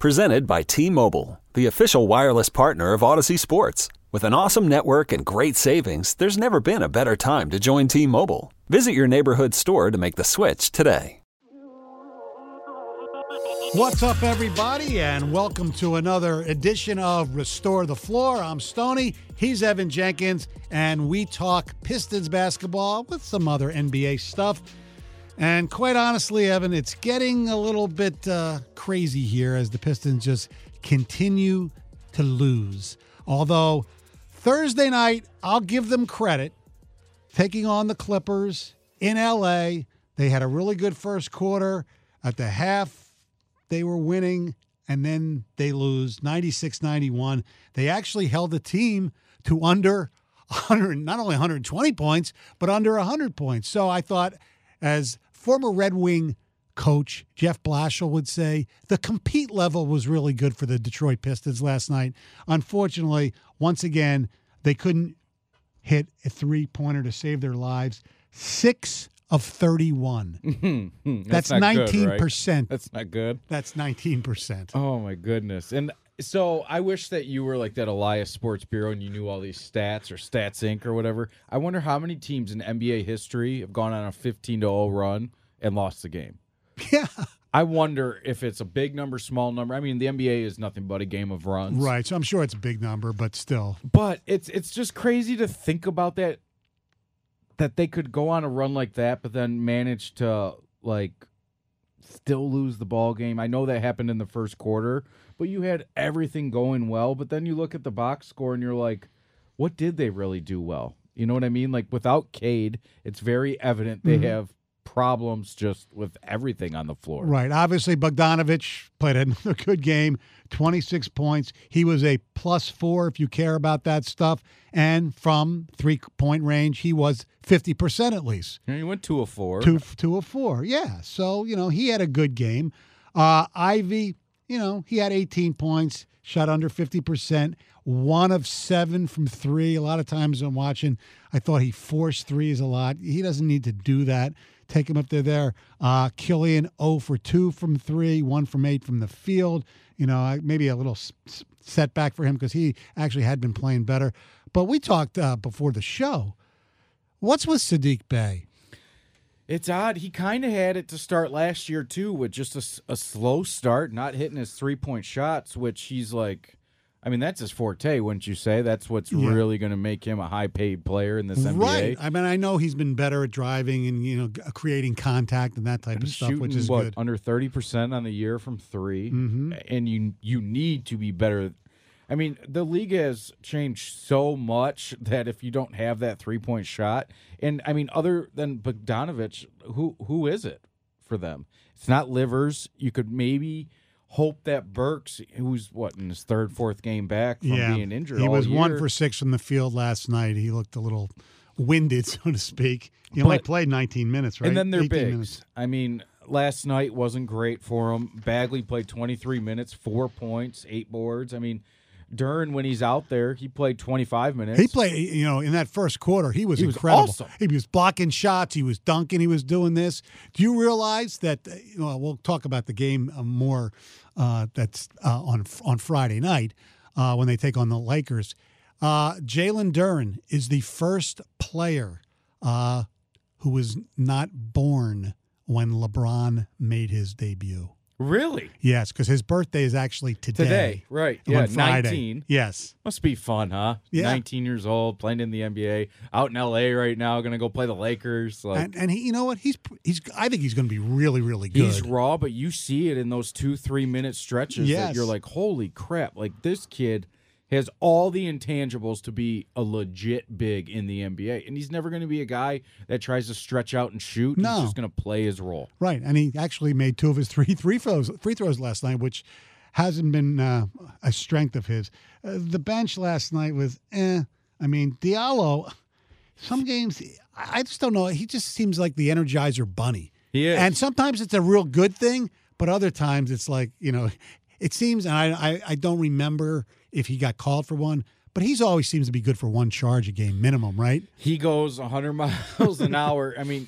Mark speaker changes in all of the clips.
Speaker 1: Presented by T Mobile, the official wireless partner of Odyssey Sports. With an awesome network and great savings, there's never been a better time to join T Mobile. Visit your neighborhood store to make the switch today.
Speaker 2: What's up, everybody, and welcome to another edition of Restore the Floor. I'm Stoney, he's Evan Jenkins, and we talk Pistons basketball with some other NBA stuff. And quite honestly, Evan, it's getting a little bit uh, crazy here as the Pistons just continue to lose. Although Thursday night, I'll give them credit. Taking on the Clippers in LA, they had a really good first quarter. At the half, they were winning, and then they lose 96 91. They actually held the team to under 100, not only 120 points, but under 100 points. So I thought, as former Red Wing coach Jeff Blashill would say, the compete level was really good for the Detroit Pistons last night. Unfortunately, once again, they couldn't hit a three pointer to save their lives. Six of 31. That's,
Speaker 3: Hmm, not good,
Speaker 2: 19%.
Speaker 3: right? That's not good.
Speaker 2: That's 19%.
Speaker 3: Oh my goodness. And so I wish that you were like that Elias Sports Bureau and you knew all these stats or Stats Inc. or whatever. I wonder how many teams in NBA history have gone on a 15 to 0 run and lost the game.
Speaker 2: Yeah.
Speaker 3: I wonder if it's a big number, small number. I mean, the NBA is nothing but a game of runs.
Speaker 2: Right. So I'm sure it's a big number, but still.
Speaker 3: But it's it's just crazy to think about that that they could go on a run like that but then manage to like still lose the ball game. I know that happened in the first quarter, but you had everything going well, but then you look at the box score and you're like, what did they really do well? You know what I mean? Like without Cade, it's very evident they have problems just with everything on the floor.
Speaker 2: Right. Obviously, Bogdanovich played another good game, 26 points. He was a plus four if you care about that stuff. And from three point range, he was 50% at least.
Speaker 3: You know, you went two of four.
Speaker 2: Two, two of four. Yeah. So, you know, he had a good game. Uh, Ivy, you know, he had 18 points, shot under 50%, one of seven from three. A lot of times I'm watching, I thought he forced threes a lot. He doesn't need to do that. Take him up there there. Uh, Killian, 0 for 2 from 3, 1 from 8 from the field. You know, I- maybe a little s- s- setback for him because he actually had been playing better. But we talked uh, before the show. What's with Sadiq Bey?
Speaker 3: It's odd. He kind of had it to start last year too, with just a s- a, slow start, not hitting his three point shots, which he's like, I mean, that's his forte, wouldn't you say? That's what's
Speaker 2: Yeah.
Speaker 3: really going to make him a high paid player in this NBA.
Speaker 2: Right. I mean, I know he's been better at driving and you know g- creating contact and that type of
Speaker 3: He's
Speaker 2: stuff,
Speaker 3: shooting
Speaker 2: which is
Speaker 3: what
Speaker 2: good. Mm-hmm.
Speaker 3: under thirty percent on the year from 3 and you you need to be better. I mean, the league has changed so much that if you don't have that three point shot, and I mean, other than Bogdanovich, who who is it for them? It's not Livers. You could maybe hope that Burks, who's what in his third fourth game back from
Speaker 2: yeah,
Speaker 3: being injured,
Speaker 2: he
Speaker 3: all
Speaker 2: was one
Speaker 3: year.
Speaker 2: for six from the field last night. He looked a little winded, so to speak. He only
Speaker 3: But-
Speaker 2: played 19 minutes, right?
Speaker 3: And then their
Speaker 2: 18
Speaker 3: bigs.
Speaker 2: minutes.
Speaker 3: I mean, last night wasn't great for him. Bagley played 23 minutes, four points, eight boards. I mean, Dern, when he's out there, he played 25 minutes.
Speaker 2: He played, you know, in that first quarter, he was
Speaker 3: He was
Speaker 2: incredible.
Speaker 3: awesome.
Speaker 2: He was blocking shots, he was dunking, he was doing this. Do you realize that? uh, Well, we'll talk about the game uh, more. Uh, that's uh, on on Friday night uh, when they take on the Lakers. Uh, Jalen Duran is the first player uh, who was not born when LeBron made his debut.
Speaker 3: Really?
Speaker 2: Yes, because his birthday is actually today.
Speaker 3: Today. Right.
Speaker 2: on
Speaker 3: Yeah,
Speaker 2: Friday.
Speaker 3: 19.
Speaker 2: Yes.
Speaker 3: Must be fun, huh?
Speaker 2: Yeah.
Speaker 3: 19 years old, playing in the NBA, out in LA right now, going to go play the Lakers. Like,
Speaker 2: and, and he, you know what? He's he's. I think he's going to be really, really good.
Speaker 3: He's raw, but you see it in those two, three minute stretches
Speaker 2: Yes.
Speaker 3: that you're like, holy crap. Like this kid has all the intangibles to be a legit big in the NBA. And he's never going to be a guy that tries to stretch out and shoot.
Speaker 2: No.
Speaker 3: He's just going to play his role.
Speaker 2: Right, and he actually made two of his three three throws free throws last night, which hasn't been uh, a strength of his. Uh, the bench last night was, eh. I mean, Diallo. Some games, I I just don't know. He just seems like the Energizer Bunny.
Speaker 3: He is.
Speaker 2: and sometimes it's a real good thing, but other times it's like you know, it seems. And I I, I don't remember if he got called for one, but he's always seems to be good for one charge a game minimum, right?
Speaker 3: He goes 100 miles an hour. I mean,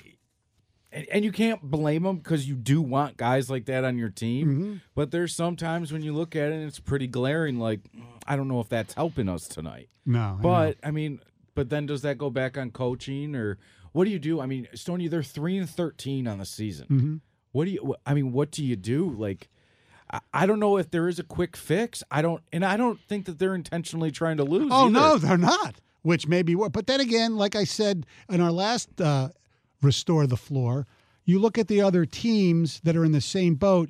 Speaker 3: and, and you can't blame them because you do want guys like that on your team.
Speaker 2: Mhm.
Speaker 3: But there's sometimes when you look at it, and it's pretty glaring. Like "Mm, I don't know if that's helping us tonight.
Speaker 2: No, I know.
Speaker 3: But I mean, but then does that go back on coaching or what do you do? I mean, Stoney, they're three and thirteen on the season.
Speaker 2: Mhm.
Speaker 3: What do you? wh- I mean, what do you do? Like, I, I don't know if there is a quick fix. I don't, and I don't think that they're intentionally trying to lose.
Speaker 2: Oh
Speaker 3: either.
Speaker 2: no, they're not. Which may be worse. But then again, like I said in our last uh, restore the floor, you look at the other teams that are in the same boat.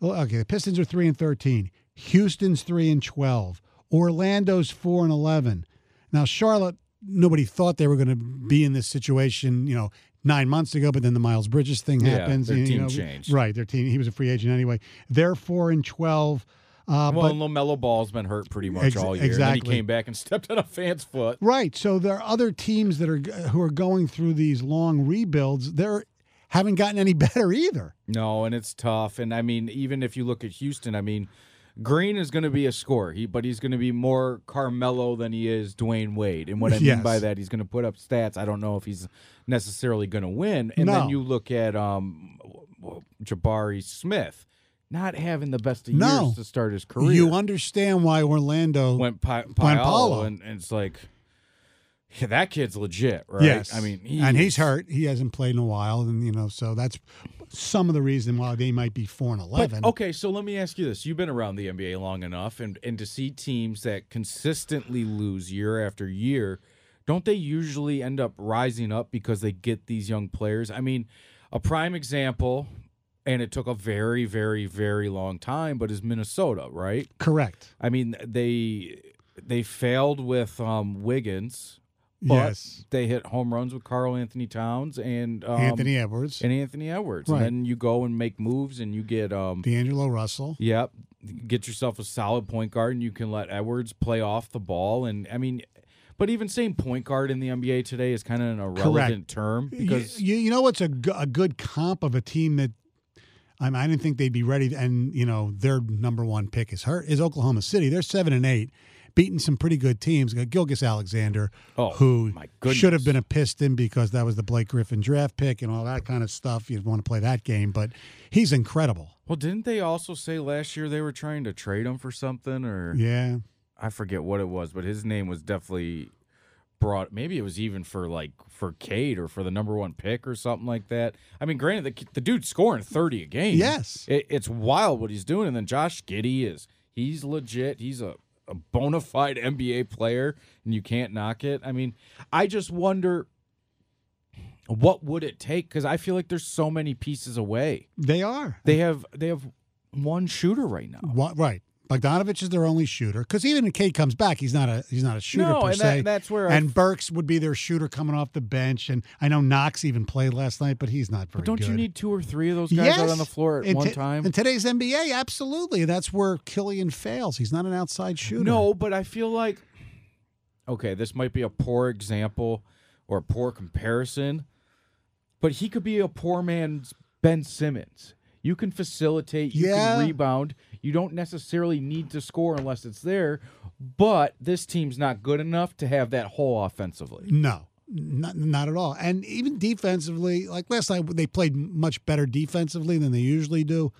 Speaker 2: Well, Okay, the Pistons are three and thirteen. Houston's three and twelve. Orlando's four and eleven. Now Charlotte, nobody thought they were going to be in this situation. You know. Nine months ago, but then the Miles Bridges thing
Speaker 3: Yeah,
Speaker 2: happens.
Speaker 3: their
Speaker 2: you
Speaker 3: team
Speaker 2: know,
Speaker 3: changed.
Speaker 2: Right, their team. He was a free agent anyway. They're four and twelve. Uh,
Speaker 3: Well,
Speaker 2: but-
Speaker 3: and Lamelo Ball's been hurt pretty much
Speaker 2: Ex-
Speaker 3: all year. And then
Speaker 2: exactly.
Speaker 3: he came back and stepped on a fan's foot.
Speaker 2: Right. So there are other teams that are uh, who are going through these long rebuilds. They're haven't gotten any better either.
Speaker 3: No, and it's tough. And I mean, even if you look at Houston, I mean, Green is going to be a scorer, he, but he's going to be more Carmelo than he is Dwayne Wade. And what I mean
Speaker 2: Yes.
Speaker 3: by that, he's going to put up stats. I don't know if he's necessarily going to win. And
Speaker 2: No.
Speaker 3: then you look at um, w- w- Jabari Smith not having the best of
Speaker 2: No.
Speaker 3: years to start his career.
Speaker 2: You understand why Orlando
Speaker 3: went Pi-
Speaker 2: Paolo.
Speaker 3: Paolo, and, and it's like, yeah, that kid's legit, right?
Speaker 2: Yes.
Speaker 3: I mean,
Speaker 2: and he's
Speaker 3: he's-
Speaker 2: hurt. He hasn't played in a while and you know, so that's some of the reason why they might be 4 and
Speaker 3: But,
Speaker 2: 11.
Speaker 3: okay, so let me ask you this: You've been around the NBA long enough, and and to see teams that consistently lose year after year, don't they usually end up rising up because they get these young players? I mean, a prime example, and it took a very, very, very long time, but is Minnesota, right?
Speaker 2: Correct.
Speaker 3: I mean, they they failed with um, Wiggins, but
Speaker 2: yes.
Speaker 3: they hit home runs with Carl Anthony Towns and um,
Speaker 2: Anthony Edwards,
Speaker 3: and Anthony Edwards,
Speaker 2: Right.
Speaker 3: and then you go and make moves, and you get um,
Speaker 2: D'Angelo Russell.
Speaker 3: Yep. Get yourself a solid point guard and you can let Edwards play off the ball. And I mean, but even saying point guard in the NBA today is kind of an irrelevant term
Speaker 2: You-
Speaker 3: because
Speaker 2: you, you know what's a, g- a good comp of a team that I, mean, I didn't think they'd be ready, and you know their number one pick is hurt is Oklahoma City. They're seven and eight, beating some pretty good teams. Got Gilgis Alexander,
Speaker 3: Oh,
Speaker 2: who
Speaker 3: my goodness.
Speaker 2: should have been a Piston because that was the Blake Griffin draft pick and all that kind of stuff. You'd want to play that game, but he's incredible.
Speaker 3: well, didn't they also say last year they were trying to trade him for something or
Speaker 2: Yeah,
Speaker 3: I forget what it was, but his name was definitely brought. Maybe it was even for like for Cade or for the number one pick or something like that. I mean, granted, the, the dude's scoring thirty a game.
Speaker 2: Yes.
Speaker 3: it, it's wild what he's doing. And then Josh Giddy is he's legit. He's a a bona fide NBA player, and you can't knock it. I mean, I just wonder what would it take because I feel like there's so many pieces away.
Speaker 2: they are.
Speaker 3: They have they have one shooter right now.
Speaker 2: What, right. Bogdanovich is their only shooter because even if Kate comes back, he's not a he's not a shooter
Speaker 3: No,
Speaker 2: per
Speaker 3: and
Speaker 2: se.
Speaker 3: that, that's where I
Speaker 2: and Burks would be their shooter coming off the bench. And I know Knox even played last night, but he's not very
Speaker 3: But don't
Speaker 2: good.
Speaker 3: you need two or three of those guys out on the floor at
Speaker 2: In
Speaker 3: one
Speaker 2: to-
Speaker 3: time?
Speaker 2: In today's NBA, absolutely. That's where Killian fails. He's not an outside shooter.
Speaker 3: No, but I feel like okay, this might be a poor example or a poor comparison, but he could be a poor man's Ben Simmons. You can facilitate, you
Speaker 2: Yeah.
Speaker 3: can rebound. You don't necessarily need to score unless it's there, but this team's not good enough to have that hole offensively.
Speaker 2: No, not, not at all. And even defensively, like last night, they played much better defensively than they usually do.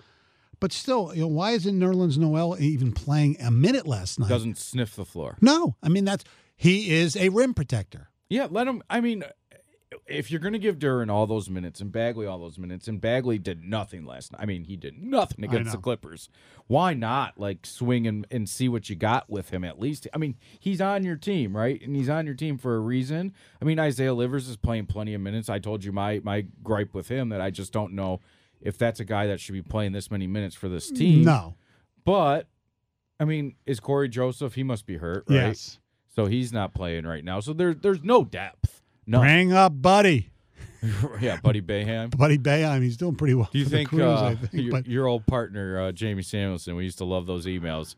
Speaker 2: But still, you know, why isn't Nerlens Noel even playing a minute last night?
Speaker 3: Doesn't sniff the floor.
Speaker 2: no, I mean that's he is a rim protector.
Speaker 3: Yeah, let him. I mean, if you're going to give Duran all those minutes and Bagley all those minutes, and Bagley did nothing last night. I mean, he did nothing against the
Speaker 2: know.
Speaker 3: Clippers. Why not like swing and, and see what you got with him at least? I mean, he's on your team, right? And he's on your team for a reason. I mean, Isaiah Livers is playing plenty of minutes. I told you my my gripe with him that I just don't know if that's a guy that should be playing this many minutes for this team.
Speaker 2: No,
Speaker 3: but I mean, is Corey Joseph? He must be hurt, right?
Speaker 2: yes.
Speaker 3: So he's not playing right now. So there's there's no depth. No,
Speaker 2: Bring up, buddy.
Speaker 3: yeah, Buddy Bayham.
Speaker 2: Buddy Bayheim, he's doing pretty well.
Speaker 3: Do you
Speaker 2: for
Speaker 3: think,
Speaker 2: the Crews,
Speaker 3: uh,
Speaker 2: I think,
Speaker 3: your,
Speaker 2: but
Speaker 3: your old partner uh, Jamie Samuelson? We used to love those emails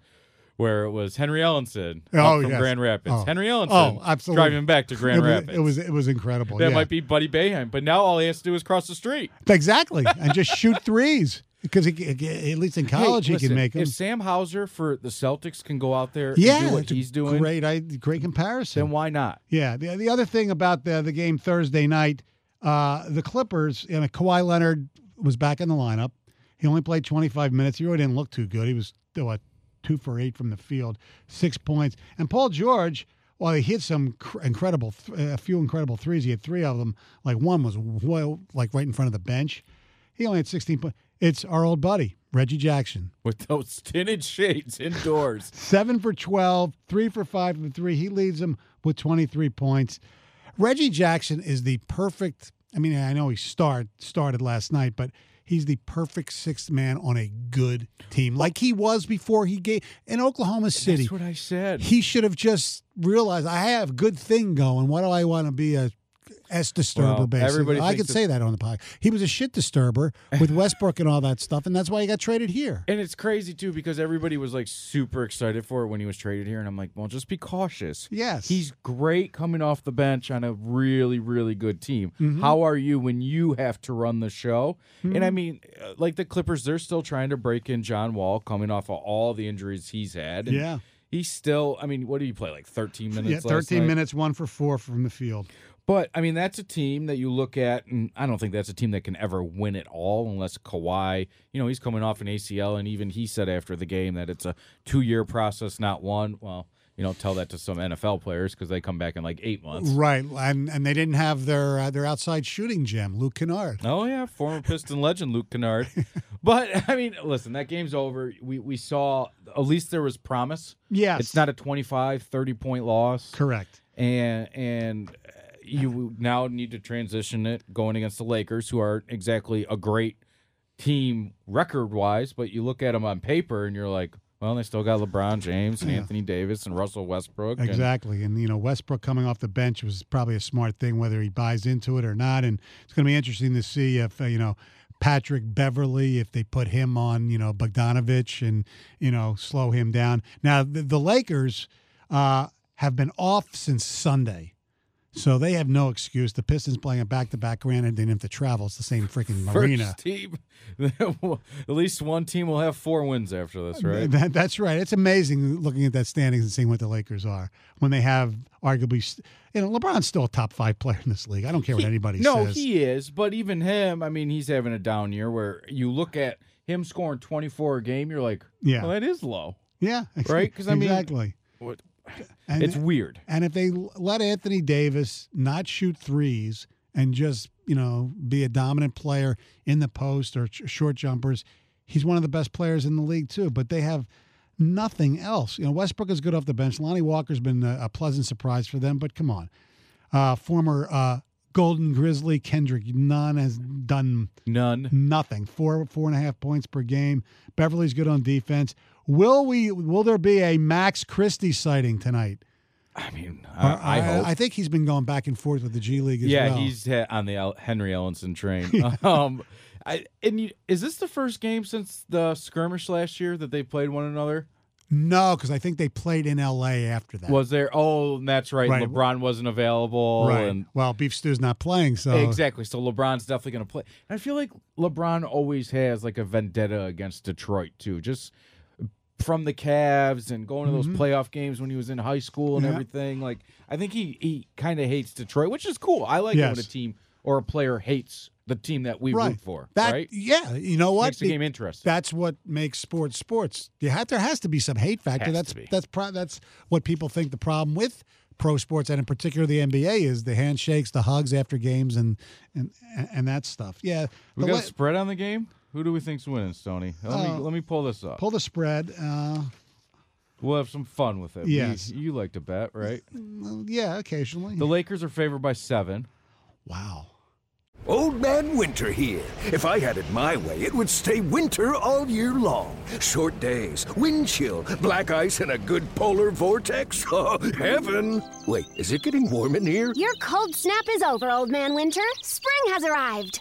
Speaker 3: where it was Henry Ellenson up
Speaker 2: Oh,
Speaker 3: from
Speaker 2: yes.
Speaker 3: Grand Rapids.
Speaker 2: Oh.
Speaker 3: Henry Ellenson
Speaker 2: Oh, absolutely.
Speaker 3: driving back to Grand
Speaker 2: it, was,
Speaker 3: Rapids.
Speaker 2: it was it was incredible.
Speaker 3: that
Speaker 2: yeah.
Speaker 3: might be Buddy Bayham, but now all he has to do is cross the street.
Speaker 2: exactly, and just shoot threes because he, he- at least in college
Speaker 3: Hey,
Speaker 2: he
Speaker 3: listen,
Speaker 2: can make them.
Speaker 3: If Sam Hauser for the Celtics can go out there
Speaker 2: yeah,
Speaker 3: and do what
Speaker 2: it's a
Speaker 3: he's doing,
Speaker 2: Great, I, great
Speaker 3: then
Speaker 2: comparison.
Speaker 3: why not?
Speaker 2: Yeah. The the other thing about the the game Thursday night, Uh, the Clippers, and Kawhi Leonard was back in the lineup. He only played 25 minutes. He really didn't look too good. He was what, two for eight from the field, six points. And Paul George, well, he hit some cr- incredible, th- uh, a few incredible threes. He had three of them. Like one was well, like right in front of the bench. He only had 16 points. It's our old buddy Reggie Jackson.
Speaker 4: with those tinted shades indoors.
Speaker 2: seven for 12, three for five from three. He leads them with 23 points. Reggie Jackson is the perfect. I mean, I know he start started last night, but he's the perfect sixth man on a good team, like he was before he gave in Oklahoma City.
Speaker 3: That's what I said.
Speaker 2: He should have just realized I have good thing going. Why do I want to be a S disturber?
Speaker 3: Well,
Speaker 2: basically,
Speaker 3: everybody
Speaker 2: I
Speaker 3: thinks
Speaker 2: could
Speaker 3: that-
Speaker 2: say that on the podcast. He was a shit disturber with Westbrook and all that stuff, and that's why he got traded here.
Speaker 3: And it's crazy too because everybody was like super excited for it when he was traded here, and I'm like, well, just be cautious.
Speaker 2: Yes,
Speaker 3: He's great coming off the bench on a really, really good team.
Speaker 2: Mm-hmm.
Speaker 3: How are you when you have to run the show? And I mean, uh, like the Clippers, they're still trying to break in John Wall coming off of all the injuries he's had. And
Speaker 2: yeah,
Speaker 3: He's still, I mean, what do you play? Like 13 minutes?
Speaker 2: yeah,
Speaker 3: last
Speaker 2: thirteen
Speaker 3: night?
Speaker 2: minutes, one for four from the field.
Speaker 3: But I mean, that's a team that you look at, and I don't think that's a team that can ever win it all unless Kawhi. You know, he's coming off an ACL, and even he said after the game that it's a two-year process, not one. Well, you don't tell that to some NFL players because they come back in like eight months.
Speaker 2: Right, and and they didn't have their uh, their outside shooting gem, Luke Kennard.
Speaker 3: Oh yeah, former Piston legend Luke Kennard. But I mean, listen, that game's over. We we saw at least there was promise.
Speaker 2: Yes,
Speaker 3: It's not a 25, 30 point loss.
Speaker 2: correct.
Speaker 3: and and uh, you now need to transition it going against the Lakers, who aren't exactly a great team record wise, but you look at them on paper and you're like, well, they still got LeBron James and Anthony Davis and Russell Westbrook. and-
Speaker 2: Exactly, and you know Westbrook coming off the bench was probably a smart thing, whether he buys into it or not. And it's going to be interesting to see if uh, you know Patrick Beverly, if they put him on, you know Bogdanovich, and you know slow him down. Now the, the Lakers uh, have been off since Sunday. So they have no excuse. The Pistons playing a back-to-back. Granted, they didn't have to travel. It's the same freaking
Speaker 3: First
Speaker 2: marina.
Speaker 3: team, at least one team will have four wins after this, right?
Speaker 2: That, that's right. It's amazing looking at that standings and seeing what the Lakers are when they have arguably, st- you know, LeBron's still a top five player in this league. I don't care what anybody
Speaker 3: no,
Speaker 2: says.
Speaker 3: he is, but even him, I mean, he's having a down year where you look at him scoring 24 a game, you're like,
Speaker 2: Yeah.
Speaker 3: well, that is low.
Speaker 2: yeah,
Speaker 3: Right? 'Cause I mean-
Speaker 2: exactly.
Speaker 3: What-
Speaker 2: And,
Speaker 3: It's weird.
Speaker 2: and if they l- let Anthony Davis not shoot threes and just you know be a dominant player in the post or sh- short jumpers, he's one of the best players in the league too. But they have. Nothing else. You know, Westbrook is good off the bench. Lonnie Walker's been a, a pleasant surprise for them, but come on. uh, former uh, Golden Grizzly Kendrick Nunn has done
Speaker 3: None.
Speaker 2: nothing. Four four and a half points per game. Beverly's good on defense. Will we? Will there be a Max Christie sighting tonight?
Speaker 3: I mean, I, I hope.
Speaker 2: I think he's been going back and forth with the G League as
Speaker 3: yeah,
Speaker 2: well.
Speaker 3: he's he- on the El- Henry Ellenson train. um, I, and you, is this the first game since the skirmish last year that they played one another?
Speaker 2: no, because I think they played in L.A. after that.
Speaker 3: Was there? Oh, and that's right.
Speaker 2: Right.
Speaker 3: LeBron wasn't available.
Speaker 2: right.
Speaker 3: And,
Speaker 2: well, Beef Stew's not playing, so
Speaker 3: Exactly. So LeBron's definitely going to play. And I feel like LeBron always has like a vendetta against Detroit too. Just from the Cavs and going to those playoff games when he was in high school and
Speaker 2: Mm-hmm. Yeah.
Speaker 3: everything. Like I think he he kind of hates Detroit, which is cool. I like it when a
Speaker 2: Yes.
Speaker 3: team or a player hates the team that we
Speaker 2: right
Speaker 3: root for.
Speaker 2: that
Speaker 3: right?
Speaker 2: yeah. You know what?
Speaker 3: Makes the
Speaker 2: Be-
Speaker 3: game interesting.
Speaker 2: that's what makes sports sports. You have, there has to be some hate factor.
Speaker 3: Has
Speaker 2: that's
Speaker 3: to be.
Speaker 2: that's pro, that's what people think the problem with pro sports and in particular the NBA is the handshakes, the hugs after games, and and and that stuff. Yeah,
Speaker 3: we
Speaker 2: the
Speaker 3: got
Speaker 2: la-
Speaker 3: a spread on the game. Who do we think's winning, Stoney? Let
Speaker 2: Uh,
Speaker 3: me let me pull this up.
Speaker 2: pull the spread. Uh,
Speaker 3: we'll have some fun with it. We-
Speaker 2: Yes.
Speaker 3: you like to bet, right?
Speaker 2: yeah, occasionally.
Speaker 3: The Lakers are favored by seven.
Speaker 2: wow.
Speaker 5: Old Man Winter here. If I had it my way, it would stay winter all year long. Short days, wind chill, black ice, and a good polar vortex. Oh, heaven! Wait, is it getting warm in here?
Speaker 6: Your cold snap is over, old man winter. Spring has arrived.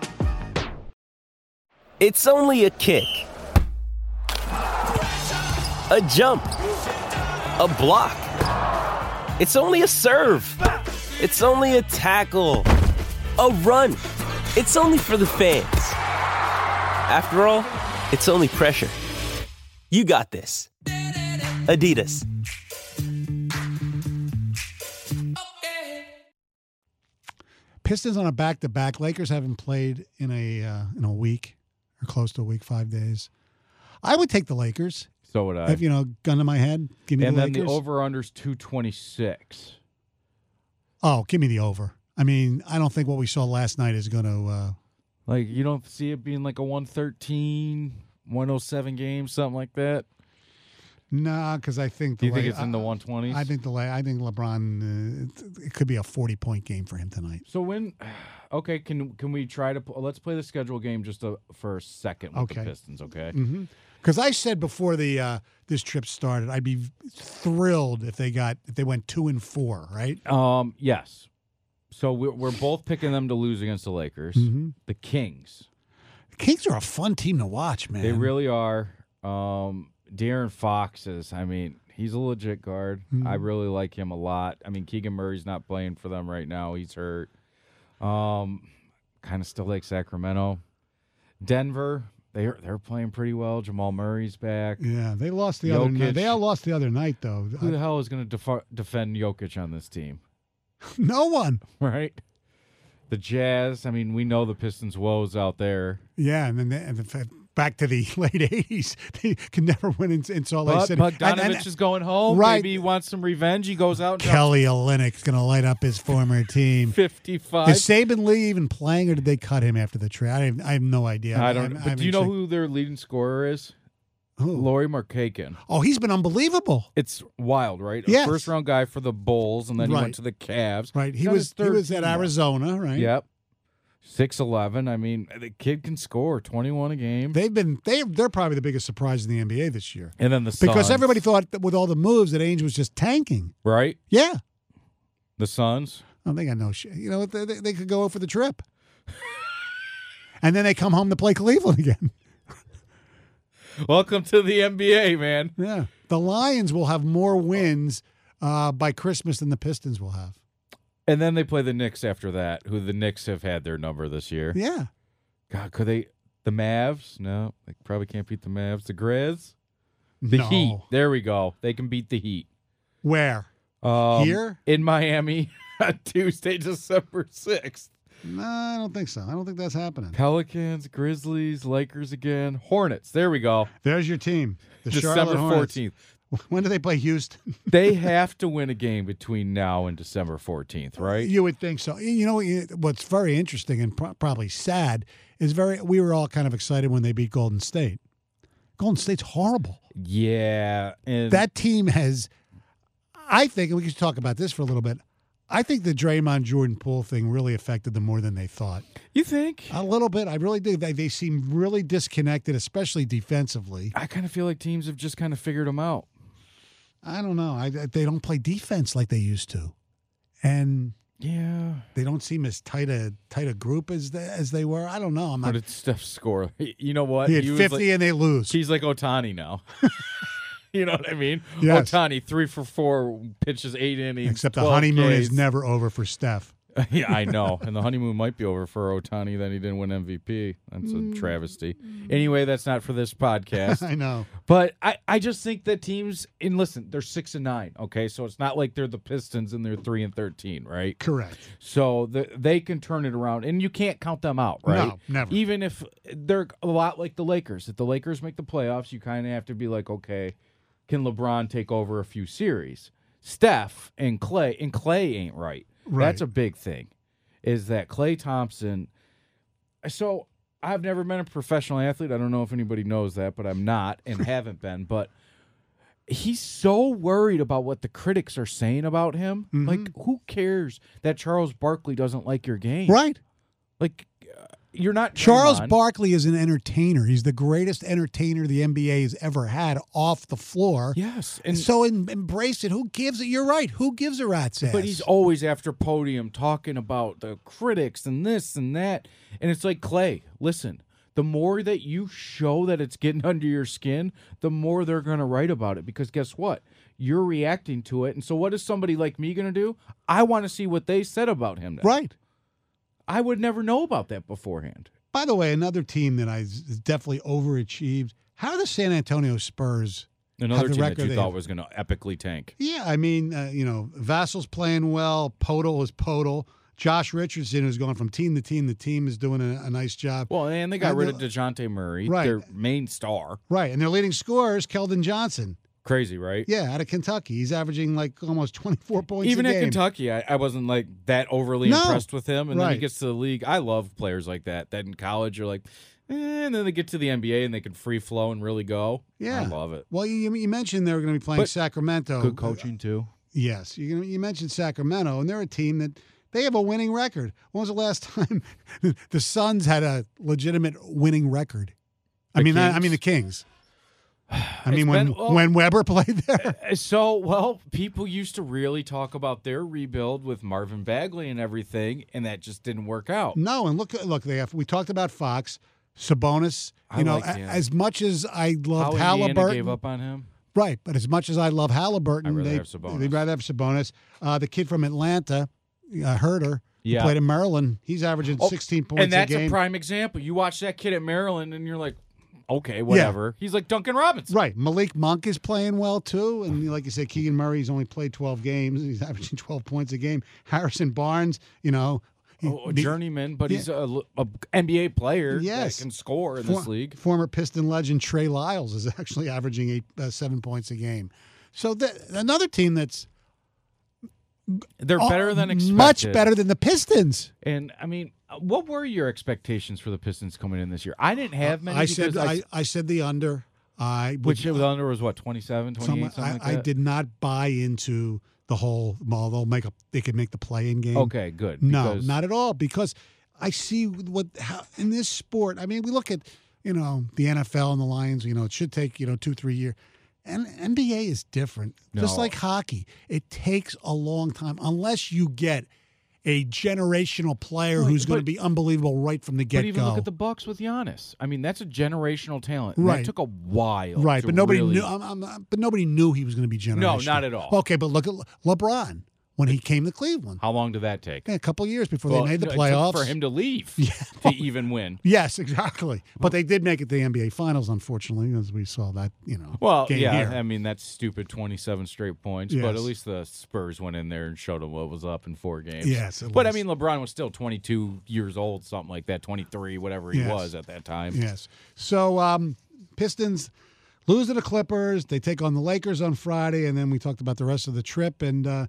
Speaker 7: It's only a kick, a jump, a block. It's only a serve. It's only a tackle, a run. It's only for the fans. After all, it's only pressure. You got this. Adidas.
Speaker 2: Pistons on a back to back. Lakers haven't played in a uh, in a week or close to a week, five days. I would take the Lakers.
Speaker 3: So would I.
Speaker 2: If you know, gun to my head, give me
Speaker 3: and
Speaker 2: the
Speaker 3: then
Speaker 2: Lakers.
Speaker 3: the over under's 226.
Speaker 2: oh, give me the over. I mean, I don't think what we saw last night is going to. Uh,
Speaker 3: Like, you don't see it being like a 113, 107 game, something like that.
Speaker 2: nah, because I think. The
Speaker 3: Do you think
Speaker 2: La-
Speaker 3: it's in the
Speaker 2: I-
Speaker 3: 120s?
Speaker 2: I think the La- I think LeBron. Uh, it, it could be a forty-point game for him tonight.
Speaker 3: So when, okay, can can we try to pl- let's play the schedule game just a, for a second with
Speaker 2: Okay. Mm-hmm.
Speaker 3: the Pistons? Okay.
Speaker 2: Because I said before the uh, this trip started, I'd be thrilled if they got if they went two and four, right?
Speaker 3: Um. Yes. So we're we're both picking them to lose against the Lakers.
Speaker 2: Mm-hmm.
Speaker 3: The Kings.
Speaker 2: The Kings are a fun team to watch, man.
Speaker 3: They really are. Um, De'Aaron Fox is. I mean, he's a legit guard. I
Speaker 2: Mm-hmm.
Speaker 3: really like him a lot. I mean, Keegan Murray's not playing for them right now. He's hurt. Um, kind of still like Sacramento, Denver. They're they're playing pretty well. Jamal Murray's back.
Speaker 2: Yeah, they lost the other night.
Speaker 3: Jokic.
Speaker 2: They all lost the other night, though.
Speaker 3: Who the
Speaker 2: Uh,
Speaker 3: hell is going to def- defend Jokic on this team,
Speaker 2: no one.
Speaker 3: right? The Jazz. I mean, we know the Pistons' woes out there.
Speaker 2: Yeah, and then they, and the, fa- back to the late '80s, they could never win in, in Salt Lake
Speaker 3: But
Speaker 2: City.
Speaker 3: Bogdanovich
Speaker 2: And- and-
Speaker 3: is going home.
Speaker 2: Right.
Speaker 3: Maybe he wants some revenge. He goes out and drops
Speaker 2: Kelly Olynyk's going to light up his former team.
Speaker 3: 55.
Speaker 2: Is Saban Lee even playing, or did they cut him after the trade? I have, I have no idea.
Speaker 3: I don't.
Speaker 2: I'm-
Speaker 3: know.
Speaker 2: I'm
Speaker 3: But do you know
Speaker 2: intrigued.
Speaker 3: who their leading scorer is?
Speaker 2: Who?
Speaker 3: Lori Markakin.
Speaker 2: Oh, he's been unbelievable.
Speaker 3: It's wild, right?
Speaker 2: Yes.
Speaker 3: A first round guy for the Bulls, and then he
Speaker 2: Right.
Speaker 3: went to the Cavs.
Speaker 2: Right, he
Speaker 3: He's on
Speaker 2: was
Speaker 3: his
Speaker 2: he
Speaker 3: third
Speaker 2: was at
Speaker 3: team now.
Speaker 2: Arizona, right?
Speaker 3: Yep. Six eleven. I mean, the kid can score twenty one a game.
Speaker 2: They've been they they're probably the biggest surprise in the NBA this year
Speaker 3: and then the
Speaker 2: because
Speaker 3: Suns,
Speaker 2: everybody thought that with all the moves that Ainge was just tanking.
Speaker 3: right
Speaker 2: Yeah,
Speaker 3: the Suns.
Speaker 2: Oh, they got no shit. You know, what? they, they, they could go for the trip. and then they come home to play Cleveland again.
Speaker 3: Welcome to the NBA, man.
Speaker 2: Yeah. The Lions will have more wins uh, by Christmas than the Pistons will have.
Speaker 3: And then they play the Knicks after that. Who the Knicks have had their number this year.
Speaker 2: Yeah.
Speaker 3: God, could they? The Mavs? No, they probably can't beat the Mavs. The Grizz? The
Speaker 2: No.
Speaker 3: Heat. There we go. They can beat the Heat.
Speaker 2: Where?
Speaker 3: Um,
Speaker 2: Here?
Speaker 3: in Miami on Tuesday, December sixth.
Speaker 2: No, I don't think so. I don't think that's happening.
Speaker 3: Pelicans, Grizzlies, Lakers again, Hornets. There we go.
Speaker 2: There's your team. The
Speaker 3: December
Speaker 2: Charlotte Hornets.
Speaker 3: fourteenth.
Speaker 2: When do they play Houston?
Speaker 3: they have to win a game between now and December fourteenth, right?
Speaker 2: You would think so. You know you- what's very interesting and pro- probably sad is very. We were all kind of excited when they beat Golden State. Golden State's horrible.
Speaker 3: Yeah, and
Speaker 2: That team has. I think and we could talk about this for a little bit. I think the Draymond Jordan Poole thing really affected them more than they thought.
Speaker 3: You think?
Speaker 2: A little bit. I really do. They, they seem really disconnected, especially defensively.
Speaker 3: I kind of feel like teams have just kind of figured them out.
Speaker 2: I don't know. I, they don't play defense like they used to, and
Speaker 3: yeah,
Speaker 2: they don't seem as tight a tight a group as they, as they were. I don't know. I'm
Speaker 3: What
Speaker 2: not.
Speaker 3: did Steph score? You know what?
Speaker 2: He had
Speaker 3: was
Speaker 2: 50 and they lose.
Speaker 3: He's like Otani now. you know what I mean?
Speaker 2: Yes.
Speaker 3: Otani, three for four, pitches eight innings.
Speaker 2: Except the
Speaker 3: 12
Speaker 2: honeymoon is
Speaker 3: Ks.
Speaker 2: never over for Steph.
Speaker 3: yeah, I know. And the honeymoon might be over for Otani. Then he didn't win MVP. That's a travesty. Anyway, that's not for this podcast.
Speaker 2: I know.
Speaker 3: But I, I just think that teams and listen, they're six and nine. Okay, so it's not like they're the Pistons and they're three and thirteen, right?
Speaker 2: Correct.
Speaker 3: So the, they can turn it around, and you can't count them out, right?
Speaker 2: No, never.
Speaker 3: Even if they're a lot like the Lakers, if the Lakers make the playoffs, you kind of have to be like, okay, can LeBron take over a few series? Steph and Clay and Clay ain't right.
Speaker 2: Right.
Speaker 3: That's a big thing. Is that Clay Thompson? So I've never been a professional athlete. I don't know if anybody knows that, but I'm not and haven't been. But he's so worried about what the critics are saying about him.
Speaker 2: Mm-hmm.
Speaker 3: Like, who cares that Charles Barkley doesn't like your game?
Speaker 2: Right.
Speaker 3: Like, uh, you're not
Speaker 2: Charles
Speaker 3: Draymond.
Speaker 2: Barkley is an entertainer. He's the greatest entertainer the NBA has ever had off the floor.
Speaker 3: Yes, and-
Speaker 2: so em- embrace it. Who gives it? You're right. Who gives a rat's ass?
Speaker 3: But he's always after podium talking about the critics and this and that. And it's like, Clay, listen, the more that you show that it's getting under your skin, the more they're going to write about it. Because guess what? You're reacting to it. And so, what is somebody like me going to do? I want to see what they said about him. Then.
Speaker 2: right.
Speaker 3: I would never know about that beforehand.
Speaker 2: By the way, another team that I is definitely overachieved. How the San Antonio Spurs have
Speaker 3: Another
Speaker 2: the
Speaker 3: team that
Speaker 2: record
Speaker 3: you
Speaker 2: they
Speaker 3: thought
Speaker 2: have?
Speaker 3: was going to epically tank.
Speaker 2: Yeah, I mean, uh, you know, Vassal's playing well. Podol is Podol. Josh Richardson, who's gone from team to team to team, is doing a, a nice job.
Speaker 3: Well, and they got
Speaker 2: And
Speaker 3: rid
Speaker 2: the-
Speaker 3: of DeJounte Murray,
Speaker 2: Right.
Speaker 3: their main star.
Speaker 2: Right, and their leading scorer is Keldon Johnson.
Speaker 3: Crazy, right?
Speaker 2: Yeah, out of Kentucky, he's averaging like almost twenty-four points.
Speaker 3: Even
Speaker 2: a
Speaker 3: at
Speaker 2: game.
Speaker 3: Kentucky, I, I wasn't like that overly
Speaker 2: No.
Speaker 3: impressed with him. And then he
Speaker 2: Right.
Speaker 3: gets to the league. I love players like that. That in college, you're like, eh, and then they get to the NBA and they can free flow and really go.
Speaker 2: Yeah.
Speaker 3: I love it.
Speaker 2: Well, you, you mentioned they were going to be playing
Speaker 3: But
Speaker 2: Sacramento.
Speaker 3: Good coaching too.
Speaker 2: Yes, you you mentioned Sacramento, and they're a team that they have a winning record. When was the last time the Suns had a legitimate winning record? I
Speaker 3: The
Speaker 2: mean, I, I
Speaker 3: Kings?
Speaker 2: mean the Kings. I
Speaker 3: It's
Speaker 2: mean when
Speaker 3: been- oh. well-
Speaker 2: when Weber played there.
Speaker 3: Uh, So, well, people used to really talk about their rebuild with Marvin Bagley and everything, and that just didn't work out.
Speaker 2: No, and look look they have. We talked about Fox, Sabonis. You
Speaker 3: I
Speaker 2: know,
Speaker 3: liked
Speaker 2: a-
Speaker 3: him.
Speaker 2: as much as I
Speaker 3: How
Speaker 2: love
Speaker 3: Indiana
Speaker 2: Halliburton,
Speaker 3: gave up on him.
Speaker 2: right? But as much as I love Halliburton,
Speaker 3: I'd rather
Speaker 2: they
Speaker 3: have Sabonis.
Speaker 2: they'd rather have Sabonis. Uh, the kid from Atlanta, uh, Herder, who
Speaker 3: Yeah.
Speaker 2: played in Maryland. He's averaging
Speaker 3: Oh,
Speaker 2: sixteen points
Speaker 3: and that's
Speaker 2: a game.
Speaker 3: prime example. You watch that kid at Maryland, and you're like, okay, whatever. He's like Duncan Robinson.
Speaker 2: Right. Malik Monk is playing well too. And like you said, Keegan Murray's only played 12 games. He's averaging 12 points a game. Harrison Barnes, you know. he-
Speaker 3: Oh, a
Speaker 2: the-
Speaker 3: journeyman, but
Speaker 2: yeah.
Speaker 3: he's a, l- a NBA player
Speaker 2: Yes.
Speaker 3: that can score in this
Speaker 2: for-
Speaker 3: league.
Speaker 2: Former Piston legend Trey Lyles is actually averaging eight, uh, seven points a game. So that another team that's
Speaker 3: They're
Speaker 2: all-
Speaker 3: better than expected.
Speaker 2: Much better than the Pistons.
Speaker 3: And I mean, what were your expectations for the Pistons coming in this year? I didn't have many.
Speaker 2: I said
Speaker 3: because
Speaker 2: I, I said the under. I would- uh,
Speaker 3: which the under was what 27, 28,
Speaker 2: some-
Speaker 3: something,
Speaker 2: I,
Speaker 3: like
Speaker 2: I
Speaker 3: that.
Speaker 2: did not buy into the whole. Well, they'll make a. They could make the play-in game.
Speaker 3: Okay, good.
Speaker 2: No,
Speaker 3: because-
Speaker 2: not at all. Because I see what how, in this sport. I mean, we look at you know the NFL and the Lions. You know, it should take you know two three year. And NBA is different. Just
Speaker 3: No.
Speaker 2: like hockey, it takes a long time unless you get a generational player
Speaker 3: Right,
Speaker 2: who's going to
Speaker 3: but-
Speaker 2: be unbelievable right from the
Speaker 3: But
Speaker 2: get
Speaker 3: even look
Speaker 2: go.
Speaker 3: at the Bucks with Giannis. I mean, that's a generational talent.
Speaker 2: Right.
Speaker 3: That took a while.
Speaker 2: Right,
Speaker 3: to
Speaker 2: but nobody um,
Speaker 3: really-
Speaker 2: knew. I'm, I'm, but nobody knew he was going to be generational.
Speaker 3: not at all.
Speaker 2: Okay, but look at Le- LeBron. when he came to Cleveland.
Speaker 3: How long did that take?
Speaker 2: A couple years before
Speaker 3: Well,
Speaker 2: they made the
Speaker 3: no, it took
Speaker 2: playoffs.
Speaker 3: for him to leave to even win.
Speaker 2: Yes, exactly. But they did make it to the NBA Finals, unfortunately, as we saw that, you know.
Speaker 3: Well,
Speaker 2: game
Speaker 3: yeah,
Speaker 2: here.
Speaker 3: I mean that's stupid. Twenty-seven straight points, but
Speaker 2: Yes.
Speaker 3: at least the Spurs went in there and showed them what was up in four games.
Speaker 2: Yes, it
Speaker 3: but I
Speaker 2: was.
Speaker 3: mean LeBron was still twenty-two years old, something like that, twenty-three, whatever he
Speaker 2: Yes.
Speaker 3: was at that time.
Speaker 2: Yes. So um, Pistons lose to the Clippers. They take on the Lakers on Friday, and then we talked about the rest of the trip. And uh,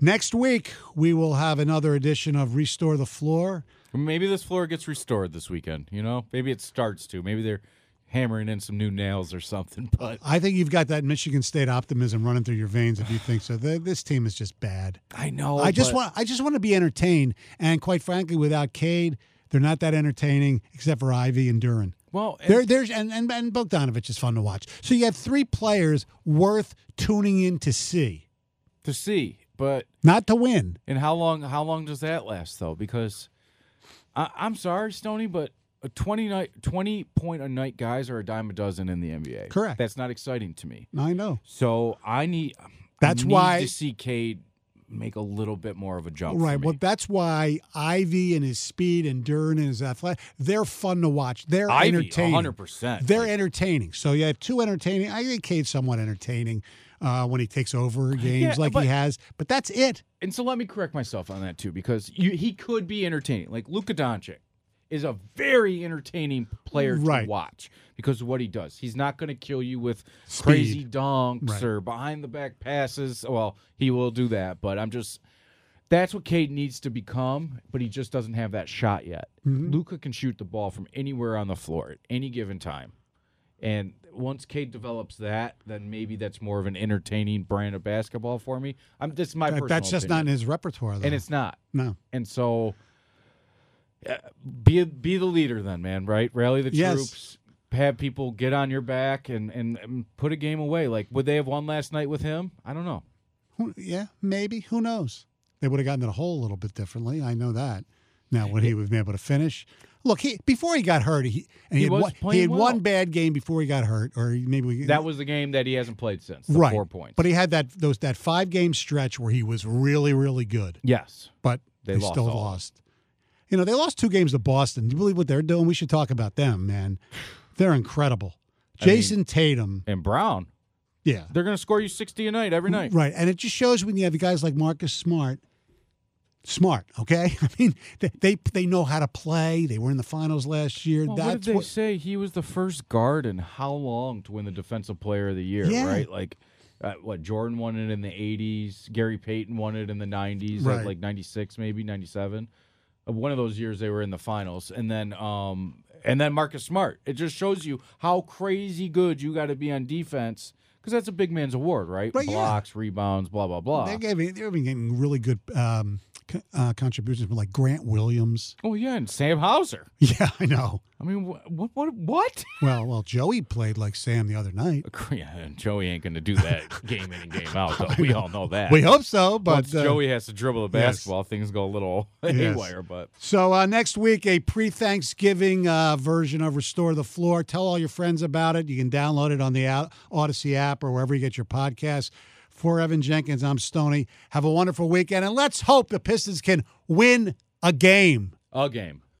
Speaker 2: next week we will have another edition of Restore the Floor.
Speaker 3: Maybe this floor gets restored this weekend. You know, maybe it starts to. Maybe they're hammering in some new nails or something. But
Speaker 2: I think you've got that Michigan State optimism running through your veins if you think so. Th- This team is just bad.
Speaker 3: I know.
Speaker 2: I just
Speaker 3: but-
Speaker 2: want I just want to be entertained, and quite frankly, without Cade, they're not that entertaining except for Ivy and Duran.
Speaker 3: Well,
Speaker 2: there, there's and and, and Bogdanovich is fun to watch. So you have three players worth tuning in to see,
Speaker 3: to see, but
Speaker 2: not to win.
Speaker 3: And how long? How long does that last though? Because I, I'm sorry, Stony, but a 20 night, 20 point a night guys are a dime a dozen in the NBA.
Speaker 2: Correct.
Speaker 3: That's not exciting to me.
Speaker 2: I know.
Speaker 3: So I need. I
Speaker 2: That's
Speaker 3: need
Speaker 2: why-
Speaker 3: to see Cade make a little bit more of a jump. for
Speaker 2: Right.
Speaker 3: me.
Speaker 2: Well, that's why Ivy and his speed and Duran and his athletic, they're fun to watch. They're
Speaker 3: Ivy,
Speaker 2: entertaining.
Speaker 3: 100%.
Speaker 2: They're entertaining. So you have two entertaining. I think Cade's somewhat entertaining uh, when he takes over games
Speaker 3: Yeah,
Speaker 2: like
Speaker 3: but-
Speaker 2: he has, but that's it.
Speaker 3: And so let me correct myself on that too, because you, he could be entertaining. Like Luka Doncic is a very entertaining player
Speaker 2: Right.
Speaker 3: to watch because of what he does. He's not going to kill you with
Speaker 2: Speed.
Speaker 3: crazy dunks
Speaker 2: Right.
Speaker 3: or behind the back passes. Well, he will do that, but I'm just that's what Cade needs to become, but he just doesn't have that shot yet.
Speaker 2: Mm-hmm.
Speaker 3: Luca can shoot the ball from anywhere on the floor at any given time. And once Cade develops that, then maybe that's more of an entertaining brand of basketball for me. I'm this is my
Speaker 2: That-
Speaker 3: personal
Speaker 2: that's just not
Speaker 3: opinion.
Speaker 2: in his repertoire, though.
Speaker 3: And it's not.
Speaker 2: No.
Speaker 3: And so uh, be be the leader then, man, right? Rally the
Speaker 2: Yes.
Speaker 3: troops, have people get on your back and, and and put a game away. Like would they have won last night with him? I don't know.
Speaker 2: Who, yeah, maybe. Who knows? They would have gotten to the hole a little bit differently. I know that. Now, would he have been able to finish? Look, he before he got hurt, he and he,
Speaker 3: He
Speaker 2: had,
Speaker 3: was
Speaker 2: one, he
Speaker 3: playing
Speaker 2: had
Speaker 3: well.
Speaker 2: one bad game before he got hurt, or maybe we,
Speaker 3: That was the game that he hasn't played since. the
Speaker 2: right
Speaker 3: Four points.
Speaker 2: But he had that those that five game stretch where he was really really good.
Speaker 3: Yes.
Speaker 2: but they,
Speaker 3: They lost
Speaker 2: still
Speaker 3: all of them.
Speaker 2: lost. You know, they lost two games to Boston. Do you believe what they're doing? We should talk about them, man. They're incredible.
Speaker 3: I mean-
Speaker 2: Jason Tatum,
Speaker 3: and Brown.
Speaker 2: yeah,
Speaker 3: They're gonna score you sixty a night every night.
Speaker 2: Right. And it just shows when you have guys like Marcus Smart, smart, okay? I mean, they they, they know how to play. They were in the finals last year.
Speaker 3: Well, what did
Speaker 2: That's
Speaker 3: they
Speaker 2: what,
Speaker 3: say? He was the first guard in how long to win the Defensive Player of the Year,
Speaker 2: Yeah.
Speaker 3: right? Like, uh, what Jordan won it in the '80s, Gary Payton won it in the '90s,
Speaker 2: Right.
Speaker 3: at like '96 maybe '97. One of those years they were in the finals, and then um, and then Marcus Smart. It just shows you how crazy good you got to be on defense because that's a big man's award, right?
Speaker 2: Right, yeah.
Speaker 3: Blocks, rebounds, blah blah blah.
Speaker 2: they gave they've been getting really good um, co- uh, contributions from like Grant Williams.
Speaker 3: oh yeah, and Sam Hauser.
Speaker 2: Yeah, I know.
Speaker 3: I mean, wh- what what what?
Speaker 2: Well, well, Joey played like Sam the other night.
Speaker 3: Yeah, and Joey ain't going to do that game in and game out, though. We all know that.
Speaker 2: We hope so, but,
Speaker 3: Once
Speaker 2: uh,
Speaker 3: Joey has to dribble the
Speaker 2: yes.
Speaker 3: basketball, things go a little
Speaker 2: Yes.
Speaker 3: haywire. But
Speaker 2: So uh, next week, a pre-Thanksgiving uh, version of Restore the Floor. Tell all your friends about it. You can download it on the Ou- Odyssey app or wherever you get your podcasts. For Evan Jenkins, I'm Stoney. Have a wonderful weekend, and let's hope the Pistons can win a game.
Speaker 3: a game.